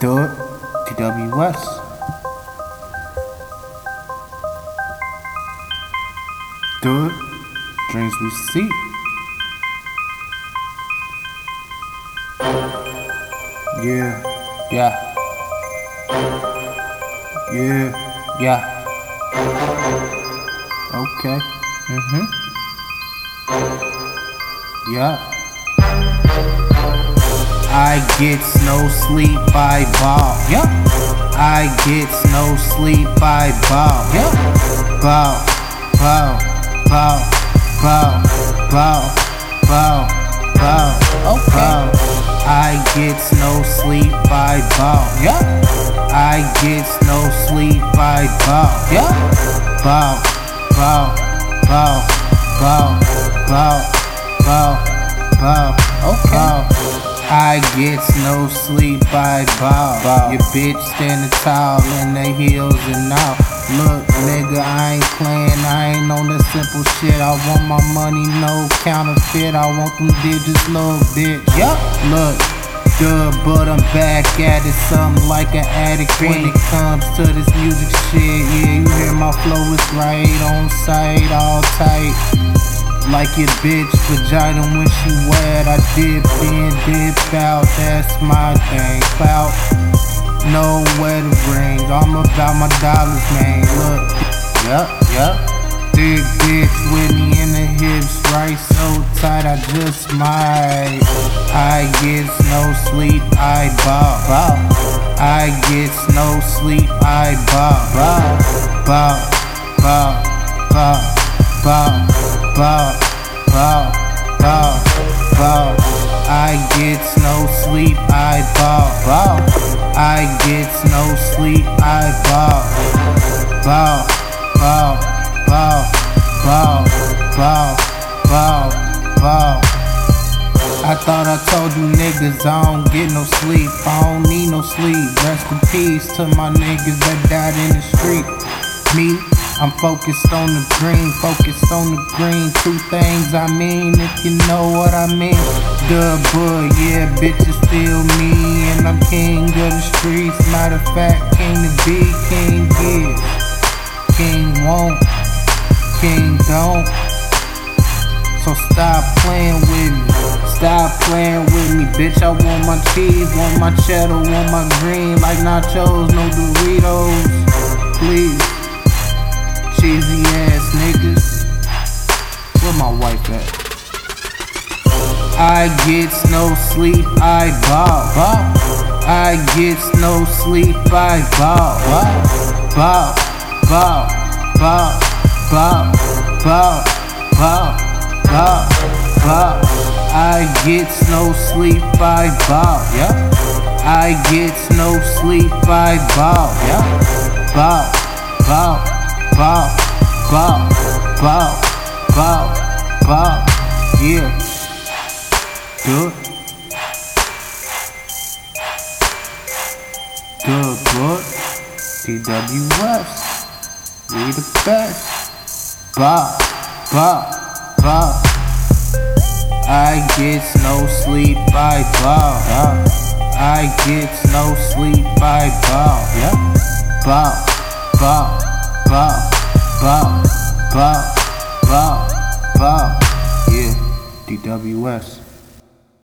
dot TWS. Dot dreams we see. Yeah, yeah. Yeah, yeah. Okay. Mm-hmm. Yeah. I get no sleep, I ball. Yeah. I get no sleep, I ball. Yeah. Ball, ball, ball, ball, ball, ball, ball. Okay. Ball. I get no sleep, I ball. Yeah. I get no sleep, I ball. Yeah. Ball, ball, ball, ball, ball, ball, ball. Okay. Ball. I gets no sleep, I bow. Your bitch standing tall in the heels and out. Look, nigga, I ain't playing, I ain't on that simple shit. I want my money, no counterfeit. I want them digits, little bitch. Yup, look. Good, but I'm back at it, something like an addict when it comes to this music shit. Yeah, you hear my flow is right on sight, all tight. Like your bitch vagina when she wet. I dip in, dip out, that's my thing. Clout, no wedding rings. I'm about my dollars, man. Look, yup, yup. Big bitch with me in the hips, right so tight I just might. I get no sleep, I bow. bow. I get no sleep, I bow. Bow, bow, bow, bow, bow, bow, bow, bow, bow. I get no sleep, I bow. Bow. I get no sleep, I bow. Bow, bow bow, bow, bow, bow, bow. I thought I told you niggas I don't get no sleep. I don't need no sleep. Rest in peace to my niggas that died in the street. Me, I'm focused on the green, focused on the green. Two things I mean, if you know what I mean. The boy, yeah, bitches still me, and I'm king of the streets. Matter of fact, king to be, king is, king won't king don't. So stop playing with me. Stop playing with me, bitch. I want my cheese, want my cheddar, want my green, like nachos, no Doritos. Please, cheesy ass niggas. Where my wife at? I gets no sleep, I bow. bow. I gets no sleep, I bow. Bow, bow, bow, bow, bow, bow, bow, bow, bow. I gets no sleep, I bow. Yeah. I gets no sleep, I bow. Yeah. Bow, bow, bow, bow, bow, bow, bow. Yeah. Good. Good, good. TWS. We the best. Bah, bah, bah. I get no sleep, I bow. I get no sleep, I bow. Yeah. Bow, bow, bow, bow, bow, bow, bow. Yeah, DWS.